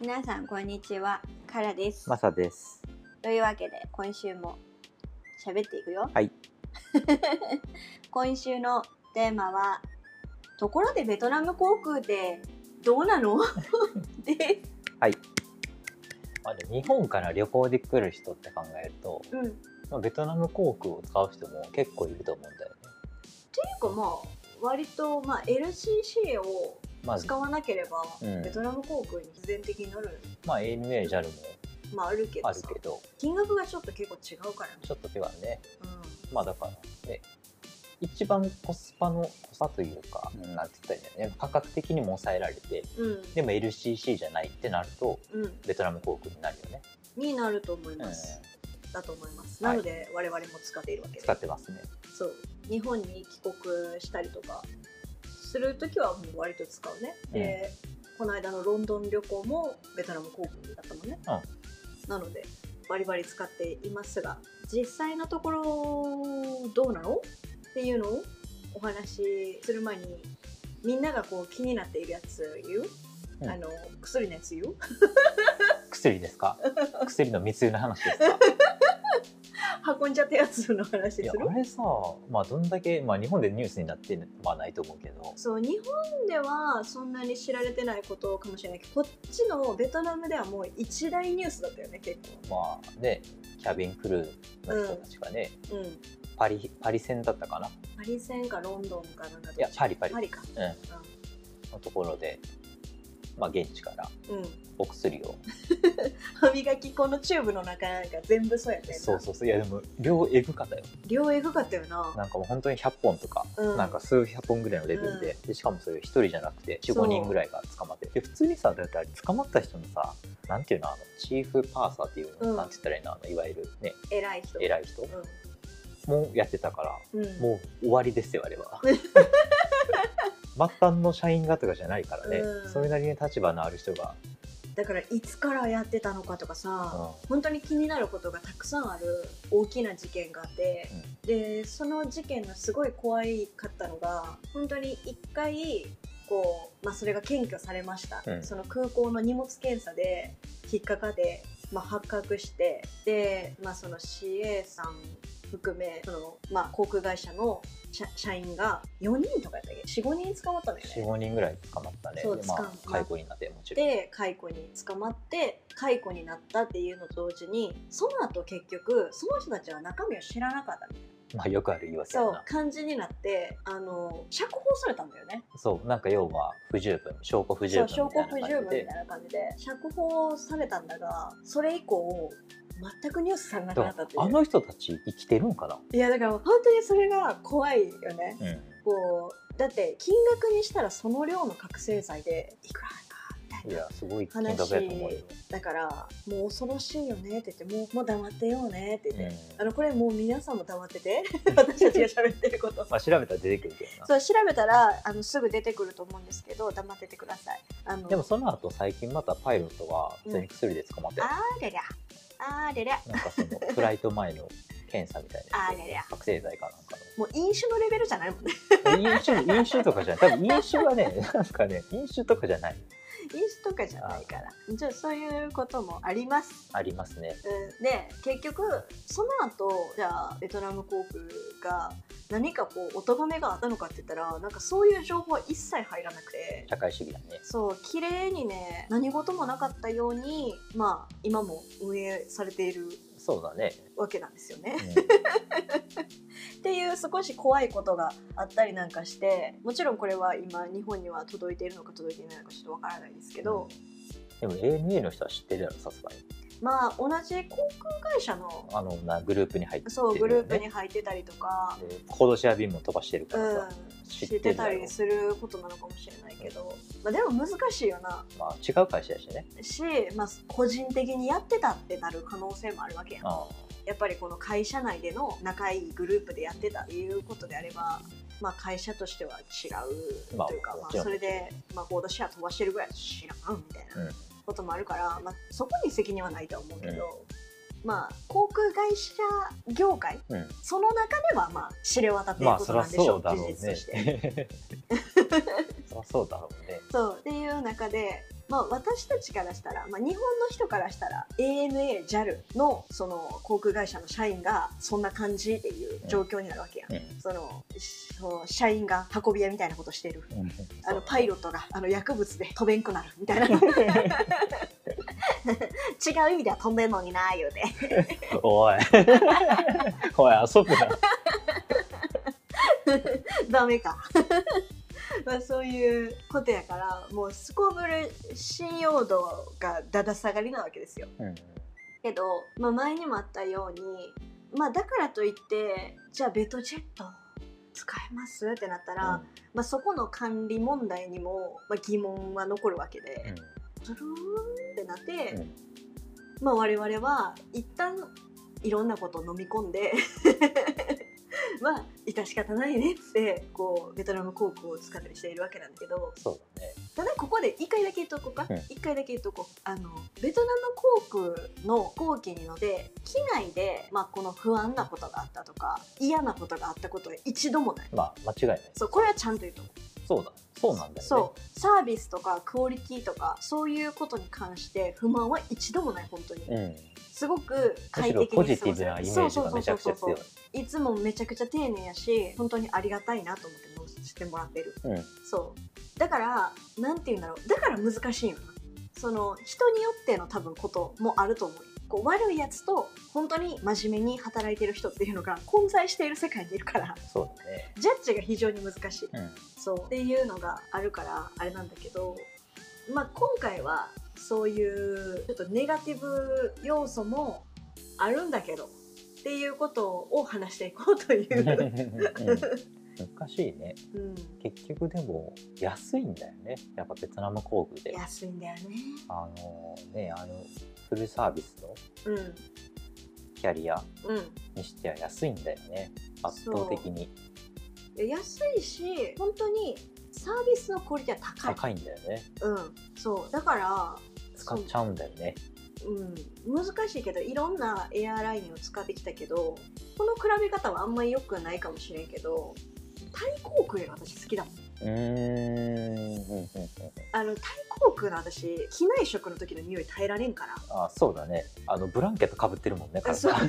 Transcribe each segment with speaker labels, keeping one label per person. Speaker 1: 皆さんこんにちはカラです、
Speaker 2: マサです。
Speaker 1: というわけで今週も喋っていくよ
Speaker 2: はい
Speaker 1: 今週のテーマはところでベトナム航空ってどうな ので
Speaker 2: まあ、で日本から旅行で来る人って考えると、
Speaker 1: すうんていう
Speaker 2: まあ、ベトナム航空を使う人も結構いると思うんだよね。
Speaker 1: かまあ割と、まあ、LCC を
Speaker 2: まず、
Speaker 1: 使わなければ、
Speaker 2: うん
Speaker 1: ベトナム航空に必然的になる
Speaker 2: まあ、ANA、JAL も
Speaker 1: まああるけ
Speaker 2: あ
Speaker 1: ど
Speaker 2: る
Speaker 1: さ
Speaker 2: けど、
Speaker 1: 金額がちょっと結構違うからね、
Speaker 2: ちょっと手はね、
Speaker 1: うん
Speaker 2: まあだから、ね、一番コスパの濃さというか、うんなんて言ったらいいんだよね、価格的にも抑えられて、
Speaker 1: うん、
Speaker 2: でも LCC じゃないってなると、
Speaker 1: うん、
Speaker 2: ベトナム航空になるよね。
Speaker 1: になると思い
Speaker 2: うん
Speaker 1: ます、だと思います
Speaker 2: は
Speaker 1: ないので、我々も使っているわけで
Speaker 2: 使ってますね。
Speaker 1: そう日本に帰国したりとかする時はもう割と使うね、でこの間のロンドン旅行もベトナム航空だったもんね、なのでバリバリ使っていますが実際のところどうなのっていうのをお話しする前にみんながこう気になっているやつ言う、
Speaker 2: うん
Speaker 1: あの薬のやつ言う
Speaker 2: 薬です か薬の密輸の話ですか
Speaker 1: 運んじゃったやつの話す
Speaker 2: いや
Speaker 1: る
Speaker 2: あれさまあどんだけ、まあ、日本でニュースになってはないと思うけど
Speaker 1: そう日本ではそんなに知られてないことかもしれないけどこっちのベトナムではもう一大ニュースだったよね結
Speaker 2: まあねキャビンクルーの人たちがね、
Speaker 1: 構うん
Speaker 2: パリパリ戦だったかな
Speaker 1: パリ戦かロンドンかなんかどっち
Speaker 2: いやパリパリ
Speaker 1: パリか
Speaker 2: のところで、まあ、現地から
Speaker 1: うん、うん、
Speaker 2: お薬を
Speaker 1: 歯磨き粉のチューブの中なんか全部そうやね
Speaker 2: そうそうそういやでも量エグかったよ
Speaker 1: 量エグかったよな
Speaker 2: なんかもう本当に100本とか、
Speaker 1: うん
Speaker 2: なんか数百本ぐらいのレベルで,、でしかもそれ1人じゃなくて
Speaker 1: そう
Speaker 2: 45人ぐらいが捕まってで普通にさだってあれ捕まった人のさなんていうのあのチーフパーサーっていうの、
Speaker 1: うん
Speaker 2: なんて言ったらいいのあのいわゆるね
Speaker 1: 偉い人
Speaker 2: 偉い人もやってたから
Speaker 1: うん、うん、
Speaker 2: もう終わりですよあれ は末端の社員がとかじゃないからね、
Speaker 1: うん
Speaker 2: それなりに立場のある人が、
Speaker 1: だからいつからやってたのかとか
Speaker 2: うん
Speaker 1: さ、本当に気になることがたくさんある大きな事件があって、でその事件のすごい怖いかったのが本当に一回こう、まあ、それが検挙されました、
Speaker 2: うん
Speaker 1: その空港の荷物検査で引っかかって、まあ、発覚してで、まあ、その CA さん含めその、まあ、航空会社の社社員が4人とかやったっけ45人捕まったんだよね
Speaker 2: 45人ぐらい捕まったね
Speaker 1: そう
Speaker 2: でま
Speaker 1: 捕まっ
Speaker 2: あ解雇になってもちろん
Speaker 1: で解雇に捕まって解雇になったっていうのと同時にその後結局その人たちは中身を知らなかった
Speaker 2: まあよくある言い訳や
Speaker 1: そう
Speaker 2: な
Speaker 1: 感じになってあの釈放されたんだよね
Speaker 2: そうなんか要は不十分証拠不十
Speaker 1: そ
Speaker 2: 分
Speaker 1: う証拠不
Speaker 2: みたい
Speaker 1: 十
Speaker 2: な
Speaker 1: 分み
Speaker 2: 感じ
Speaker 1: たい
Speaker 2: で
Speaker 1: な感じで釈放されたんだがそれ以降全くニュースされなくなっ
Speaker 2: だ
Speaker 1: た
Speaker 2: か
Speaker 1: ってい
Speaker 2: らあ
Speaker 1: う
Speaker 2: の人たち生きてるんかな、
Speaker 1: いやだから本当にそれが怖いよねこうだって金額にしたらその量の覚醒剤でいくらだみたい
Speaker 2: い
Speaker 1: な
Speaker 2: やすごい金額やと思うよ、
Speaker 1: だからもう恐ろしいよねって言ってもうもう黙ってようねって言って、
Speaker 2: う
Speaker 1: あ
Speaker 2: ん
Speaker 1: のこれもう皆さんも黙ってて私たちが喋ってる こと
Speaker 2: まあ、調べたら出てくるけどな
Speaker 1: そう調べたらあのすぐ出てくると思うんですけど黙っててくださいあの
Speaker 2: でもその後最近またパイロットは普通に薬で捕まってる、
Speaker 1: あれりゃあれりゃ
Speaker 2: なんかそのフライト前の検査みたいなやつ
Speaker 1: あれや
Speaker 2: 覚醒剤かなんかの
Speaker 1: もう飲酒のレベルじゃないもんね
Speaker 2: 飲酒飲酒とかじゃない多分飲酒はねなんかね飲酒とかじゃない
Speaker 1: 飲酒とかじゃないからじゃあそういうこともあります
Speaker 2: ありますね
Speaker 1: うんで結局その後じゃあベトナム航空が何かこうお咎めがあったのかって言ったらなんかそういう情報は一切入らなくて
Speaker 2: 社会主義だね
Speaker 1: そう綺麗にね何事もなかったようにまあ今も運営されている
Speaker 2: そうだね、
Speaker 1: わけなんですよね
Speaker 2: う。ん
Speaker 1: っていう少し怖いことがあったりなんかしてもちろんこれは今日本には届いているのか届いていないのかちょっとわからないですけ ど、
Speaker 2: でも ANA の人は知ってるやろさすがに
Speaker 1: まあ同じ航空会社の
Speaker 2: あのなグループに入ってる
Speaker 1: そうグループに
Speaker 2: ね
Speaker 1: 入ってたりとか、
Speaker 2: でコードシェア便も飛ばしてるか
Speaker 1: う
Speaker 2: らさ、
Speaker 1: ん、
Speaker 2: 知
Speaker 1: 知
Speaker 2: っ
Speaker 1: って
Speaker 2: んだよ
Speaker 1: てたりすることなのかもしれないけど、まあ、でも難しいよな
Speaker 2: まあ違う会社やしね
Speaker 1: し、まあ、個人的にやってたってなる可能性もあるわけやん
Speaker 2: あ
Speaker 1: やっぱりこの会社内での仲いいグループでやってたっていうことであれば、まあ、会社としては違う
Speaker 2: まあ
Speaker 1: というか、ま
Speaker 2: も
Speaker 1: あ
Speaker 2: ちろん
Speaker 1: それで、まあ、ゴールドシェア飛ばしてるぐらい知らんみたいな
Speaker 2: うん
Speaker 1: こともあるから、まあ、そこに責任はないとは思うけど、まあ、航空会社業界
Speaker 2: あうん
Speaker 1: その中ではまあ知れ渡っている
Speaker 2: まあ
Speaker 1: こと
Speaker 2: そ
Speaker 1: な
Speaker 2: ら
Speaker 1: んでしょ、
Speaker 2: そううだろ
Speaker 1: 事
Speaker 2: う
Speaker 1: 実として。
Speaker 2: ね そらそうだろうね
Speaker 1: そうっていう中でまあ、私たちからしたら、まあ、日本の人からしたら ANA、JAL のその航空会社の社員がそんな感じっていう状況になるわけやん、
Speaker 2: うん
Speaker 1: そのしその社員が運び屋みたいなことしてる
Speaker 2: うん
Speaker 1: あのパイロットがあの薬物で飛べんくなるみたいな違う意味では飛んでんのにな言うて
Speaker 2: おい おい遊ぶな
Speaker 1: ダメか まあそういうことやからもうすこぶる信用度がだだ下がりなわけですよ
Speaker 2: うん
Speaker 1: けど、まあ、前にもあったようにまあだからといってじゃあベトジェット使えますってなったら、まあ、そこの管理問題にも、まあ、疑問は残るわけで、
Speaker 2: うん
Speaker 1: トゥルーンってなって、
Speaker 2: うん
Speaker 1: まあ我々は一旦いろんなことを飲み込んで まあ致し方ないねってこうベトナム航空を使ったりしているわけなんだけど
Speaker 2: そうだね
Speaker 1: ただここで一回だけ言っとこうか
Speaker 2: うん
Speaker 1: 一、回だけ言っとこうあのベトナム航空の飛行機に乗って機内で、まあ、この不安なことがあったとか嫌なことがあったことは一度もない
Speaker 2: まあ間違いない
Speaker 1: そうこれはちゃんと言うとこう
Speaker 2: そうだそうなんだよね
Speaker 1: そうサービスとかクオリティとかそういうことに関して不満は一度もない本当に
Speaker 2: うん、
Speaker 1: すごく
Speaker 2: むし
Speaker 1: 快
Speaker 2: ろ
Speaker 1: 適
Speaker 2: ポ
Speaker 1: に
Speaker 2: ジ
Speaker 1: 過
Speaker 2: ティ
Speaker 1: ご
Speaker 2: ブ
Speaker 1: せ
Speaker 2: な
Speaker 1: る
Speaker 2: イメ
Speaker 1: そ
Speaker 2: ー
Speaker 1: う
Speaker 2: ジ
Speaker 1: そ
Speaker 2: が
Speaker 1: うそ
Speaker 2: め
Speaker 1: う
Speaker 2: ちゃくちゃ
Speaker 1: そう
Speaker 2: 強い。
Speaker 1: いつもめちゃくちゃ丁寧やし本当にありがたいなと思って乗せてもらってる
Speaker 2: うん、
Speaker 1: そうだからなんて言うんだろうだから難しいよなその人によっての多分こともあると思うこう悪いやつと本当に真面目に働いてる人っていうのが混在している世界にいるから
Speaker 2: そうだね。
Speaker 1: ジャッジが非常に難しい
Speaker 2: うん、
Speaker 1: そうっていうのがあるからあれなんだけど、まあ、今回はそういうちょっとネガティブ要素もあるんだけどっていうことを話していこうという。
Speaker 2: うん難しいね。
Speaker 1: うん、
Speaker 2: 結局でも安いんだよね。やっぱベトナム工具で。
Speaker 1: 安いんだよね。
Speaker 2: あのね、あのフルサービスの
Speaker 1: うん
Speaker 2: キャリア
Speaker 1: うん
Speaker 2: にしては安いんだよね。圧倒的に
Speaker 1: で、安いし本当にサービスのクオリティは高い。
Speaker 2: 高いんだよね。
Speaker 1: うん、そうだから
Speaker 2: 使っちゃうんだよね。
Speaker 1: うん、難しいけどいろんなエアラインを使ってきたけどこの比べ方はあんまり良くないかもしれんけどタイ航空が私好きだもん
Speaker 2: うーんうんうんうん。
Speaker 1: あのタイ航空の私機内食の時の匂い耐えられんから
Speaker 2: あ、そうだね。あのブランケットかぶってるもんね。体
Speaker 1: そう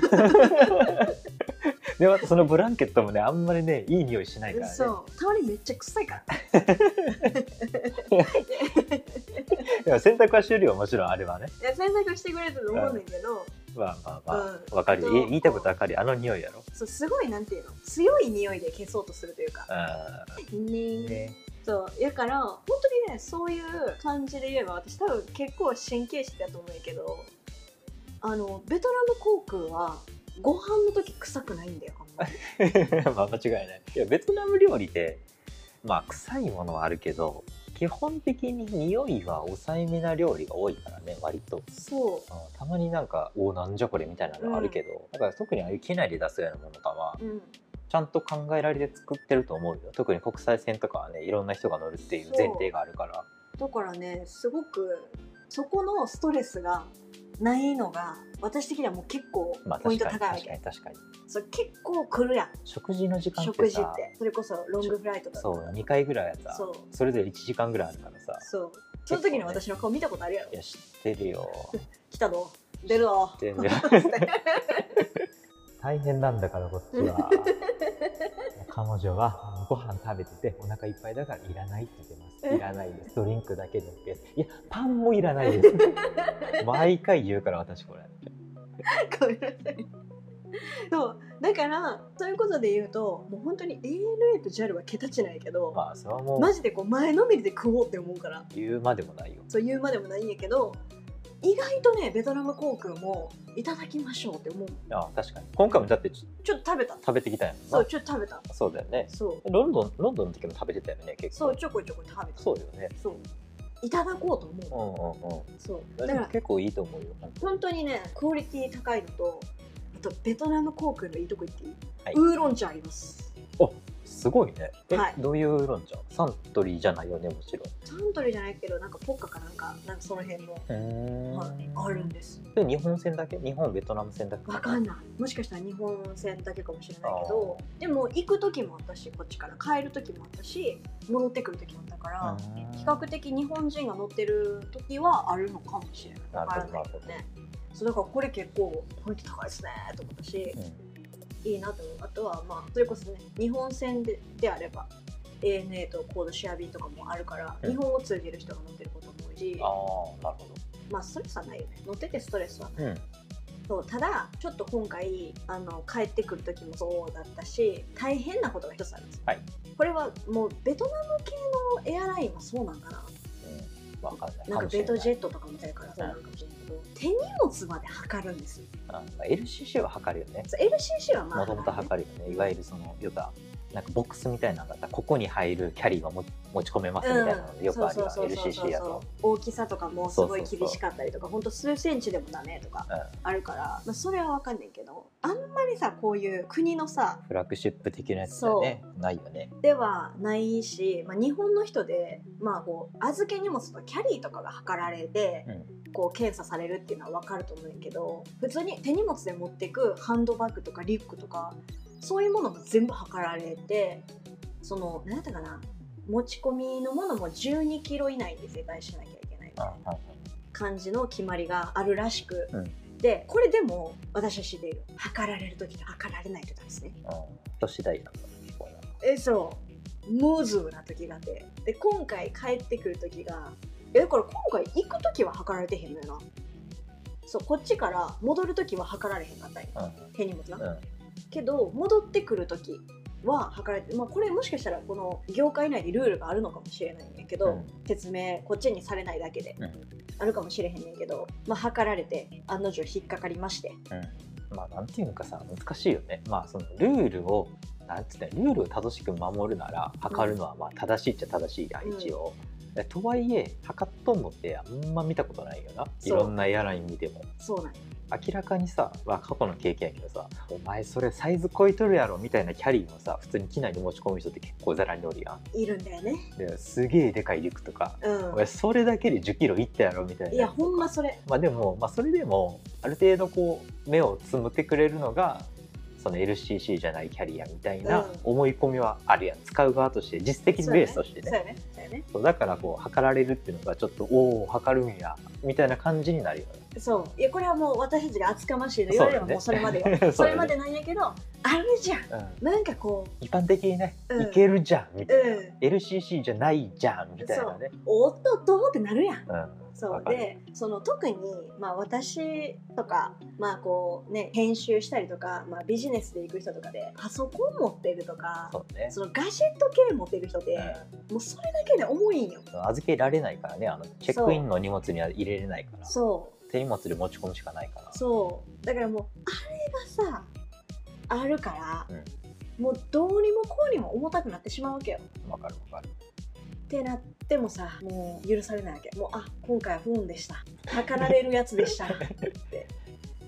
Speaker 2: でまたそのブランケットもねあんまりねいい匂いしないからね。
Speaker 1: そうたまにめっちゃ臭い から
Speaker 2: いや選択は終了はもちろんあれはね
Speaker 1: いや洗濯してくれると思うねんだけど、
Speaker 2: まあまあまあわ
Speaker 1: うん、、
Speaker 2: かるよ
Speaker 1: そう
Speaker 2: 言い言いたいことわかるよあの匂いやろ
Speaker 1: そうすごいなんていうの強い匂いで消そうとするというか
Speaker 2: うん
Speaker 1: ね
Speaker 2: ね
Speaker 1: そうやから本当にねそういう感じで言えば私多分結構神経質だと思うんやけどあのベトナム航空はご飯の時臭くないんだよあんまり
Speaker 2: まあ間違いないいやベトナム料理ってまあ臭いものはあるけど基本的に匂いは抑えめな料理が多いからね割と
Speaker 1: そ
Speaker 2: うんたまになんか「おーなんじゃこれ」みたいなのあるけど、だから特にああいう機内で出すようなものとかは
Speaker 1: う、うん、
Speaker 2: ちゃんと考えられて作ってると思うよ特に国際線とかはねいろんな人が乗るっていう前提があるから
Speaker 1: だからねすごくそこのストレスがないのが私的にはもう結構
Speaker 2: まあ
Speaker 1: ポイ
Speaker 2: 確
Speaker 1: ント
Speaker 2: か
Speaker 1: 高
Speaker 2: に
Speaker 1: いわ
Speaker 2: 確か
Speaker 1: け
Speaker 2: に確かに
Speaker 1: そう結構来るやん
Speaker 2: 食事の時間っ
Speaker 1: 食
Speaker 2: て
Speaker 1: 事っ
Speaker 2: さ
Speaker 1: てそれこそロングフライトだった
Speaker 2: そ
Speaker 1: ら
Speaker 2: う2回ぐらいやった
Speaker 1: そう
Speaker 2: それぞれ1時間ぐらいあるからさ
Speaker 1: そうその時の
Speaker 2: 結構ね
Speaker 1: 私の顔見たことあるやろ
Speaker 2: いや知ってるよ
Speaker 1: 来たの出る の
Speaker 2: 全然大変なんだからこっ ちは彼女はご飯食べててお腹いっぱいだからいらないって言ってますいらないですドリンクだけで OK ですいやパンもいらな いです毎回言うから私これ
Speaker 1: ごめんなさい。そうだからそういうことで言うともう本当に ANA と JAL は桁違いやけど、
Speaker 2: まあそれはもう
Speaker 1: マジでこう前のめりで食おうって思うから
Speaker 2: 言うまでもないよ
Speaker 1: そう言うまでもないんやけど意外とねベトナム航空もいただきましょうって思う
Speaker 2: あ確かに今回もだってち
Speaker 1: ちょっと食べた
Speaker 2: 食べてきたんやもんな
Speaker 1: そうちょっと食べた
Speaker 2: そうだよね
Speaker 1: そう
Speaker 2: ロンドンロンドンの時も食べてたよね結
Speaker 1: そ
Speaker 2: 構
Speaker 1: うちょこちょこ食べた
Speaker 2: そうよね
Speaker 1: そういただこうと
Speaker 2: う
Speaker 1: 思うん
Speaker 2: うんうん
Speaker 1: そう
Speaker 2: だ
Speaker 1: だ
Speaker 2: か
Speaker 1: からら
Speaker 2: 結構いいと思うよ。
Speaker 1: 本当にねクオリティ高いのとあとベトナム航空のいいとこ行っていい、
Speaker 2: はい
Speaker 1: ウーロン茶あります
Speaker 2: すごいね。え、
Speaker 1: はい
Speaker 2: どういうウーロン茶？サントリーじゃないよねもちろん。
Speaker 1: サントリーじゃないけどなんかポッカかなんかなんかその辺も、
Speaker 2: うーん
Speaker 1: はい、あるんです
Speaker 2: で日本戦だけ日本ベトナム戦だけ
Speaker 1: わかんないもしかしたら日本戦だけかもしれないけどでも行く時もあったしこっちから帰る時もあったし戻ってくる時もあったから
Speaker 2: うん
Speaker 1: 比較的日本人が乗ってる時はあるのかもしれないわ
Speaker 2: な
Speaker 1: か
Speaker 2: る
Speaker 1: ら
Speaker 2: ほど
Speaker 1: ないけどねそうだからこれ結構ポイント高いですねと思ったし、いいなと思うあとはまあそれこそね日本戦でであれば ANA とコードシェア便とかもあるから、
Speaker 2: うん
Speaker 1: 日本を通じる人が乗ってることも多いし
Speaker 2: ああなるほ
Speaker 1: まあストレスはないよね乗っててストレスは
Speaker 2: どうん
Speaker 1: そうただちょっと今回あの帰ってくる時もそうだったし大変なことが一つあるんですよ、
Speaker 2: はい
Speaker 1: これはもうベトナム系のエアラインはそうなんかな
Speaker 2: うんわかんない
Speaker 1: なんかベトジェ
Speaker 2: ェ
Speaker 1: ットとかみたいからそうなのかもしれないけど手荷物まで測るんですよ
Speaker 2: あ LCC は測るよね
Speaker 1: そう LCC はまあ
Speaker 2: もともと測るよねいわゆるそのよくなんかボックスみたいなのがあったらここに入るキャリーはも持ち込めますみたいなの
Speaker 1: うん
Speaker 2: よくある
Speaker 1: そ
Speaker 2: よ
Speaker 1: うそうそうそうそう
Speaker 2: LCC だと
Speaker 1: 大きさとかもすごい
Speaker 2: そうそうそう
Speaker 1: 厳しかったりとかほんと数センチでもダメとか
Speaker 2: うん
Speaker 1: あるから、まあ、それは分かんないけどあんまりさこういう国のさ
Speaker 2: フラッグシップ的なやつだよねないよね
Speaker 1: ではないし、まあ、日本の人で、まあ、こう預け荷物とかキャリーとかが測られて、こう検査されるっていうのは分かると思うんやけど普通に手荷物で持ってくハンドバッグとかリュックとかそういうものも全部測られてその何やったかな持ち込みのものも1 2キロ以内で絶対しなきゃいけないみたいな
Speaker 2: あはい
Speaker 1: 感じの決まりがあるらしく、
Speaker 2: うん
Speaker 1: でこれでも私は知っている測られる時と測られない時なんですね。
Speaker 2: うん人次第なんだねこれは
Speaker 1: えそうムズーな時があってで今回帰ってくる時がえだから今回行く時は測られてへんのよなそうこっちから戻る時は測られへんかったんよ手荷物が、
Speaker 2: うんうん
Speaker 1: けど戻ってくる時は測られて、まあ、これもしかしたらこの業界内でルールがあるのかもしれないんやけど、
Speaker 2: うん
Speaker 1: 説明こっちにされないだけで、
Speaker 2: うん
Speaker 1: あるかもしれへんねんけど、まあ、測られて案の定引っかかりまして
Speaker 2: まあなんていうのかさ難しいよねまあそのルールをなんつったらルールを正しく守るなら測るのはまあ正しいっちゃ正しいや
Speaker 1: うん
Speaker 2: 一応、えとはいえ測っとんのってあんま見たことないよな
Speaker 1: そう
Speaker 2: いろんなエアライン見ても
Speaker 1: そうなんよ
Speaker 2: 明らかにさ、まあ、過去の経験やけどさ「お前それサイズ超えとるやろ」みたいなキャリーをさ普通に機内に持ち込む人って結構ざらにおるやん
Speaker 1: いるんだよね
Speaker 2: ですげえでかいリュックとか「お
Speaker 1: う
Speaker 2: 前それだけで1 0キロいったやろ」みたい
Speaker 1: ん
Speaker 2: ない
Speaker 1: やほんまそれ
Speaker 2: まあでも、まあ、それでもある程度こう目をつむってくれるのがその LCC じゃないキャリアみたいな
Speaker 1: うん
Speaker 2: 思い込みはあるやん、使う側として実績ベースとしてね
Speaker 1: そうやねそうやね
Speaker 2: そうだからこう測られるっていうのがちょっとおお測るんやみたいな感じになるよね
Speaker 1: そういやこれはもう私たちが厚かましいの言われればもうそ
Speaker 2: そう
Speaker 1: れ
Speaker 2: だ
Speaker 1: まで
Speaker 2: ね
Speaker 1: よそ,、
Speaker 2: そうだね
Speaker 1: れまでなんやけどあるじゃん
Speaker 2: うん
Speaker 1: なんかこう
Speaker 2: 一般的にね、
Speaker 1: うん
Speaker 2: いけるじゃんみたいな、
Speaker 1: うん
Speaker 2: LCC じゃないじゃんみたいなね
Speaker 1: おっとっとってなるやん
Speaker 2: うん
Speaker 1: そ
Speaker 2: わ
Speaker 1: う
Speaker 2: かる
Speaker 1: でその特に、まあ、私とか、まあこうね、編集したりとか、まあ、ビジネスで行く人とかでパソコン持ってるとか
Speaker 2: そうね
Speaker 1: そのガジェット系持ってる人で、もうそれだけで重いんよ
Speaker 2: うん預けられないからねあのチェックインの荷物には入れれないから
Speaker 1: そ
Speaker 2: 手荷物で持ち込むしかないから
Speaker 1: うそうだからもうあれがさあるから、もうどうにもこうにも重たくなってしまうわけよ
Speaker 2: わかるわかる
Speaker 1: ってなってもさもう許されないわけもうあ今回は不運でした測られるやつでしたって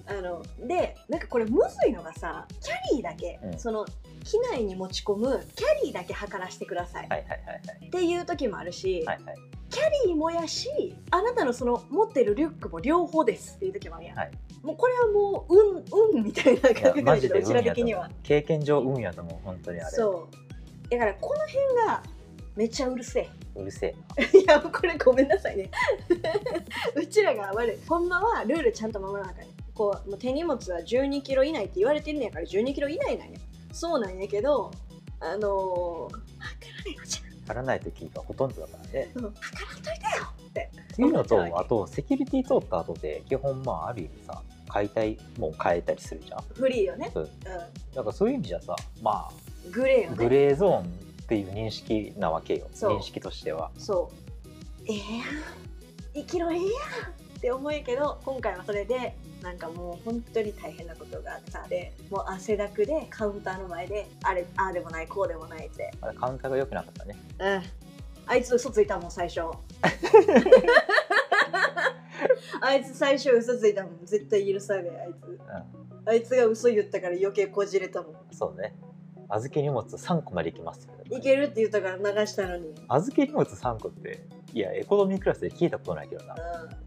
Speaker 1: あのでなんかこれむずいのがさキャリーだけ、
Speaker 2: うん
Speaker 1: その機内に持ち込むキャリーだけ測らせてください、
Speaker 2: はいはいはいはい
Speaker 1: っていう時もあるし、
Speaker 2: はいはい
Speaker 1: キャリーもやしあなたのその持ってるリュックも両方ですっていう時もあるやん、
Speaker 2: はい
Speaker 1: もうこれはもう運運みたいない
Speaker 2: や
Speaker 1: 感覚
Speaker 2: マ
Speaker 1: だ
Speaker 2: ジ
Speaker 1: け
Speaker 2: で
Speaker 1: どうちら
Speaker 2: 運やと
Speaker 1: 的に
Speaker 2: 思う
Speaker 1: は
Speaker 2: 経験上運やと思う本当にあれ
Speaker 1: そうだからこの辺がめっちゃうるせえ
Speaker 2: うるせえ
Speaker 1: いやこれごめんなさいね うちらが悪いほんまはルールちゃんと守らなあかんねこうもう手荷物は1 2キロ以内って言われてんねやから1 2キロ以内なんやそうなんやけどあのー、測らないのじ
Speaker 2: なからない時がほとんどだからね
Speaker 1: ゃんうん測らんといてよって
Speaker 2: っていうの
Speaker 1: そうなんだよね
Speaker 2: とあとセキュリティ通った後で基本まあある意味さ解体もう変えたりするじゃん
Speaker 1: フリーよね、
Speaker 2: そうだからそういう意味じゃさま
Speaker 1: うん、グレーよ
Speaker 2: あ
Speaker 1: ね
Speaker 2: グレーゾーンっていう認識なわけよ
Speaker 1: そう
Speaker 2: 認識としては
Speaker 1: そうええやん生きろええやんって思うけど今回はそれでなんかもう本当に大変なことがあったでもう汗だくでカウンターの前であれああでもないこうでもないって
Speaker 2: あれカウンターが良くなかったね
Speaker 1: うんあいつ嘘ついたもん最初あいつ最初嘘ついたもん絶対許さねえあいつ、あいつが嘘言ったから余計こじれたもん
Speaker 2: そうね預け荷物3個まで行きますよ
Speaker 1: いけるって言ったから流したのに、うん、
Speaker 2: 預け荷物3個っていやエコノミークラスで聞いたことないけどな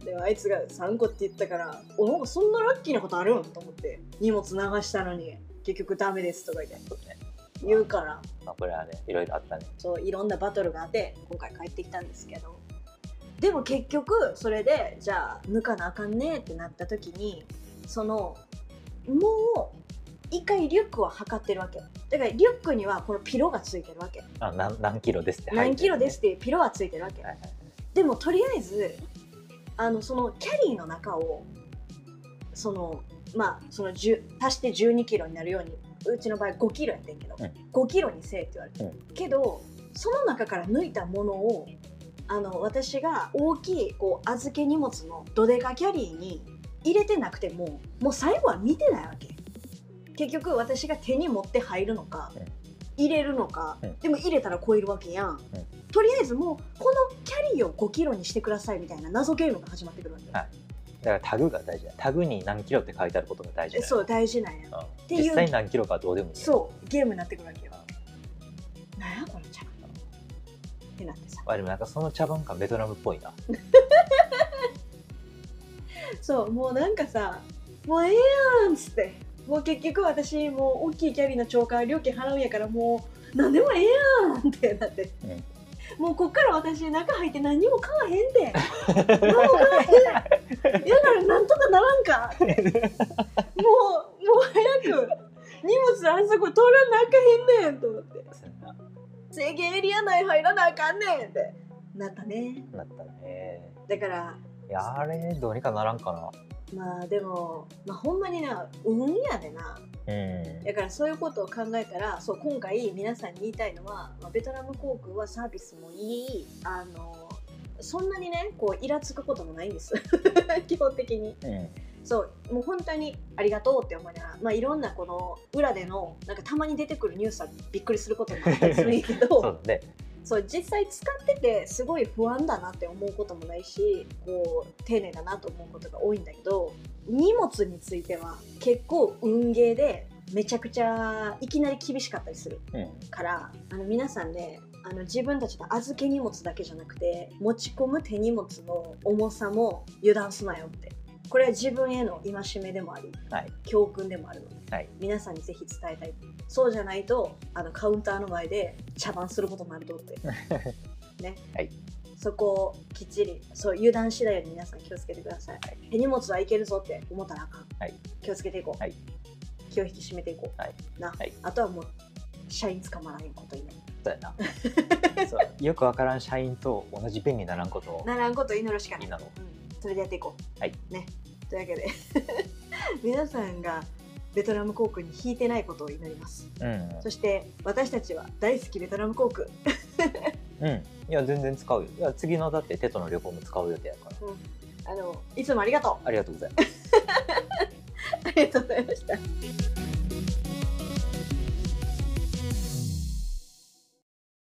Speaker 1: でもあいつが3個って言ったからおなんかそんなラッキーなことあるんと思って荷物流したのに結局ダメですとか言って
Speaker 2: そうね
Speaker 1: 言うから
Speaker 2: まあこれはねいろいろあったね
Speaker 1: そういろんなバトルがあって今回帰ってきたんですけどでも結局それでじゃあ抜かなあかんねってなった時にそのもう一回リュックは測ってるわけだからリュックにはこのピロがついてるわけ
Speaker 2: あ何何キロですって
Speaker 1: 何キロですっていうピロはついてるわけ、
Speaker 2: はいはい
Speaker 1: でもとりあえずあのそのキャリーの中をそのまあその10足して1 2キロになるようにうちの場合5キロやってんけど、
Speaker 2: うん
Speaker 1: 5キロにせえって言われて、
Speaker 2: う
Speaker 1: けどその中から抜いたものをあの私が大きいこう預け荷物のドデカキャリーに入れてなくてももう最後は見てないわけ結局私が手に持って入るのか、
Speaker 2: うん
Speaker 1: 入れるのか、
Speaker 2: うん
Speaker 1: でも入れたら超えるわけやん、とりあえずもうこのキャリーを5キロにしてくださいみたいな謎ゲームが始まってくるわけ、
Speaker 2: はいだからタグが大事だタグに何キロって書いてあることが大事
Speaker 1: え
Speaker 2: だ
Speaker 1: そう大事なんや
Speaker 2: うん
Speaker 1: ていう
Speaker 2: 実際に何キロかはどうでもいい
Speaker 1: そうゲームになってくるわけよなんやこのチャラってなってさ
Speaker 2: あでもなんかその茶番感ベトナムっぽいな
Speaker 1: そうもうなんかさもうええやんっつってもう結局私もう大きいキャリーの超過料金払うんやからもう何でもええやんってなって、
Speaker 2: うん
Speaker 1: もうこっから私中入って何にも買わへん で何も買わへんやからなんとかならんかってもうもう早く荷物あそこ通らなあかへんねんと思って
Speaker 2: そんな
Speaker 1: 制限エリア内入らなあかんねんってなったね
Speaker 2: なったね
Speaker 1: だから
Speaker 2: いやあれどうにかならんか
Speaker 1: まあでも、まあ、ほんまにな運やでな
Speaker 2: なうん
Speaker 1: だからそういうことを考えたらそう今回皆さんに言いたいのは、まあ、ベトナム航空はサービスもいいあのそんなにねこうイラつくこともないんです 基本的に
Speaker 2: うん
Speaker 1: そうもう本当にありがとうって思いながら、まあ、いろんなこの裏でのなんかたまに出てくるニュースはびっくりすることもあったりするんやけど
Speaker 2: そうだね
Speaker 1: そう実際使っててすごい不安だなって思うこともないしこう丁寧だなと思うことが多いんだけど荷物については結構運ゲーでめちゃくちゃいきなり厳しかったりする
Speaker 2: うん
Speaker 1: からあの皆さんねあの自分たちの預け荷物だけじゃなくて持ち込む手荷物の重さも油断すなよってこれは自分への戒めでもあり
Speaker 2: はい
Speaker 1: 教訓でもあるので、
Speaker 2: はい
Speaker 1: 皆さんにぜひ伝えたいそうじゃないとあのカウンターの前で茶番することになると ってね、
Speaker 2: はい
Speaker 1: そこをきっちりそう油断しないように皆さん気をつけてください、
Speaker 2: はい
Speaker 1: 手荷物はいけるぞって思ったらあかん、
Speaker 2: はい
Speaker 1: 気をつけていこう、
Speaker 2: はい
Speaker 1: 気を引き締めていこう、
Speaker 2: はい
Speaker 1: な、
Speaker 2: はい
Speaker 1: あとはもう社員捕まらへんことにね
Speaker 2: そうやなそうよくわからん社員と同じ便利にならんことを
Speaker 1: ならんことを祈るしかない
Speaker 2: いいなの
Speaker 1: うん、それでやっていこう。
Speaker 2: はい、
Speaker 1: ねというわけで 皆さんがベトナム航空に引いてないことを祈ります。
Speaker 2: うん
Speaker 1: そして私たちは大好きベトナム航空。
Speaker 2: うんいや全然使うよいや次のだってテトの旅行も使う予定やから
Speaker 1: あのいつもありがとう。
Speaker 2: ありがとうございます
Speaker 1: ありがとうございました。